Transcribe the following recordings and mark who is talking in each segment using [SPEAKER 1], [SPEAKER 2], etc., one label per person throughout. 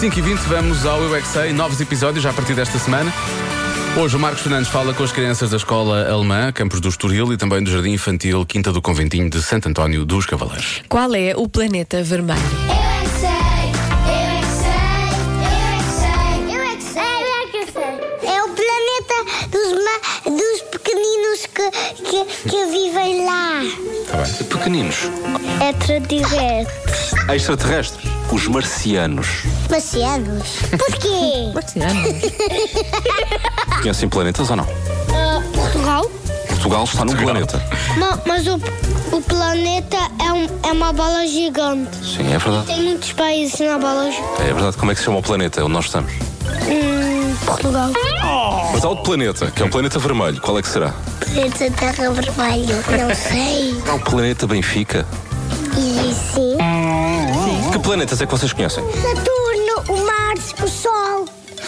[SPEAKER 1] 5h20 vamos ao Eu é Que Sei, novos episódios já a partir desta semana. Hoje o Marcos Fernandes fala com as crianças da Escola Alemã, Campos do Estoril e também do Jardim Infantil Quinta do Conventinho de Santo António dos Cavaleiros.
[SPEAKER 2] Qual é o planeta vermelho?
[SPEAKER 3] Eu é que sei, eu é que sei, eu é que sei, eu é que sei, eu é que sei. É o planeta dos, ma- dos pequeninos que, que, que vivem lá.
[SPEAKER 1] Está Tá bem.
[SPEAKER 4] Pequeninos,
[SPEAKER 3] É tradiverso.
[SPEAKER 4] extraterrestres, os marcianos.
[SPEAKER 3] Marcianos. é Porquê?
[SPEAKER 2] é?
[SPEAKER 4] Conhecem planetas ou não?
[SPEAKER 3] Portugal?
[SPEAKER 4] Portugal está num planeta.
[SPEAKER 3] mas o, o planeta é, é uma bola gigante.
[SPEAKER 4] Sim, é verdade.
[SPEAKER 3] Tem muitos países na bola gigante.
[SPEAKER 4] É verdade. Como é que se chama o planeta onde nós estamos?
[SPEAKER 3] hum, Portugal.
[SPEAKER 4] Mas há outro planeta, que é o planeta vermelho. Qual é que será?
[SPEAKER 3] Planeta Terra Vermelho. Não sei.
[SPEAKER 4] É o planeta Benfica.
[SPEAKER 3] E sim.
[SPEAKER 4] Que planetas é que vocês conhecem?
[SPEAKER 3] Saturno, o Marte, o Sol.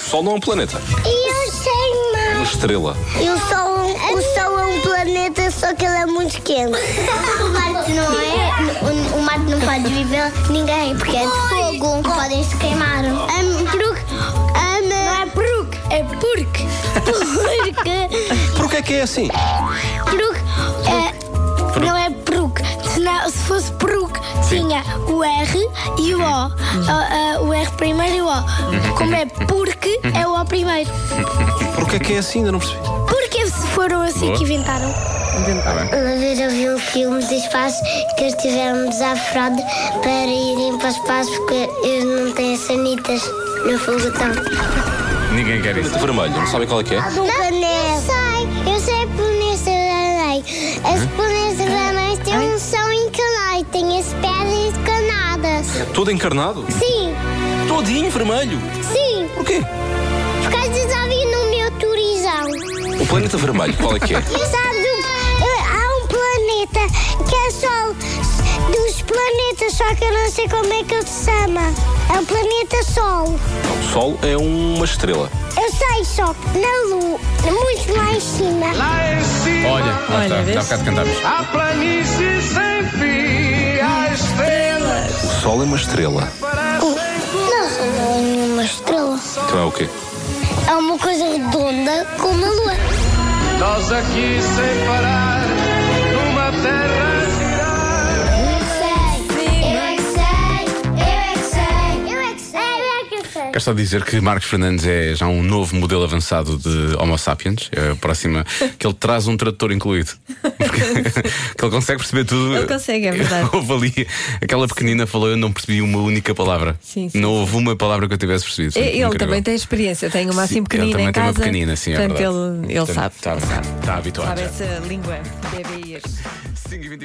[SPEAKER 4] Sol não é um planeta.
[SPEAKER 3] E eu sei
[SPEAKER 4] É
[SPEAKER 3] mais.
[SPEAKER 4] uma estrela.
[SPEAKER 3] E o Sol, o Sol é um planeta, só que ele é muito quente. O Marte não é. O, o Marte não pode viver ninguém, porque é de fogo. Podem se queimar. Não um é porque, é porque. Porque.
[SPEAKER 4] Porquê é que é assim?
[SPEAKER 3] Porque. É, não é porque. Senão, se fosse porque, tinha o R e o O. O, o R primeiro e o O. Como é porque, é o O primeiro.
[SPEAKER 4] Porquê é que é assim? Ainda não percebi.
[SPEAKER 3] Porque foram assim
[SPEAKER 1] Boa.
[SPEAKER 3] que inventaram? Uma vez eu vi um filme de espaço que eles tiveram à fraude para irem para o espaço porque eles não têm sanitas no então. foguetão.
[SPEAKER 1] Ninguém quer isso.
[SPEAKER 4] Planeta vermelho. Não sabem qual é que é?
[SPEAKER 3] Não, eu sei, eu sei planetas da lei. As planetas da lei têm um som encanado, têm as pedras encanadas.
[SPEAKER 4] É Todo encarnado?
[SPEAKER 3] Sim,
[SPEAKER 4] Todinho vermelho.
[SPEAKER 3] sim,
[SPEAKER 4] Porquê?
[SPEAKER 3] por causa da vida no meu turizão.
[SPEAKER 4] O planeta vermelho, qual é que é?
[SPEAKER 3] Sabe, eh, há um planeta que é só dos planetas, só que eu não sei como é que ele se chama. É o planeta Sol.
[SPEAKER 4] O Sol é uma estrela.
[SPEAKER 3] Eu sei só, na Lua, muito lá em cima.
[SPEAKER 5] Lá em
[SPEAKER 1] Olha,
[SPEAKER 5] cima,
[SPEAKER 1] lá está,
[SPEAKER 2] Olha,
[SPEAKER 1] já há
[SPEAKER 2] vês?
[SPEAKER 1] bocado cantámos.
[SPEAKER 5] a planície sem fim, a estrela
[SPEAKER 4] O Sol é uma estrela.
[SPEAKER 5] para sempre.
[SPEAKER 3] Não, não é uma estrela.
[SPEAKER 4] Então é o quê?
[SPEAKER 3] É uma coisa redonda como a Lua.
[SPEAKER 5] Nós aqui sem parar, numa terra a girar.
[SPEAKER 3] Eu é que sei, eu é que sei, eu é que sei, eu é que sei.
[SPEAKER 1] Quero só dizer que Marcos Fernandes é já um novo modelo avançado de Homo sapiens. É a próxima que ele traz um tradutor incluído. Porque- que ele consegue perceber tudo.
[SPEAKER 2] Ele consegue, é verdade.
[SPEAKER 1] Houve ali. Aquela pequenina falou, eu não percebi uma única palavra.
[SPEAKER 2] Sim, sim,
[SPEAKER 1] não houve uma palavra que eu tivesse percebido. Foi
[SPEAKER 2] Ele
[SPEAKER 1] incrível.
[SPEAKER 2] também tem experiência, tem uma
[SPEAKER 1] Sim,
[SPEAKER 2] assim pequenina
[SPEAKER 1] Ele também
[SPEAKER 2] em
[SPEAKER 1] tem uma
[SPEAKER 2] casa.
[SPEAKER 1] pequenina, sim, é
[SPEAKER 2] portanto,
[SPEAKER 1] verdade.
[SPEAKER 2] ele, ele
[SPEAKER 1] Portanto, tá
[SPEAKER 2] sabe.
[SPEAKER 1] Está, está habituado.
[SPEAKER 2] Sabe
[SPEAKER 1] já.
[SPEAKER 2] essa língua, deve ir.
[SPEAKER 1] 5 e 24.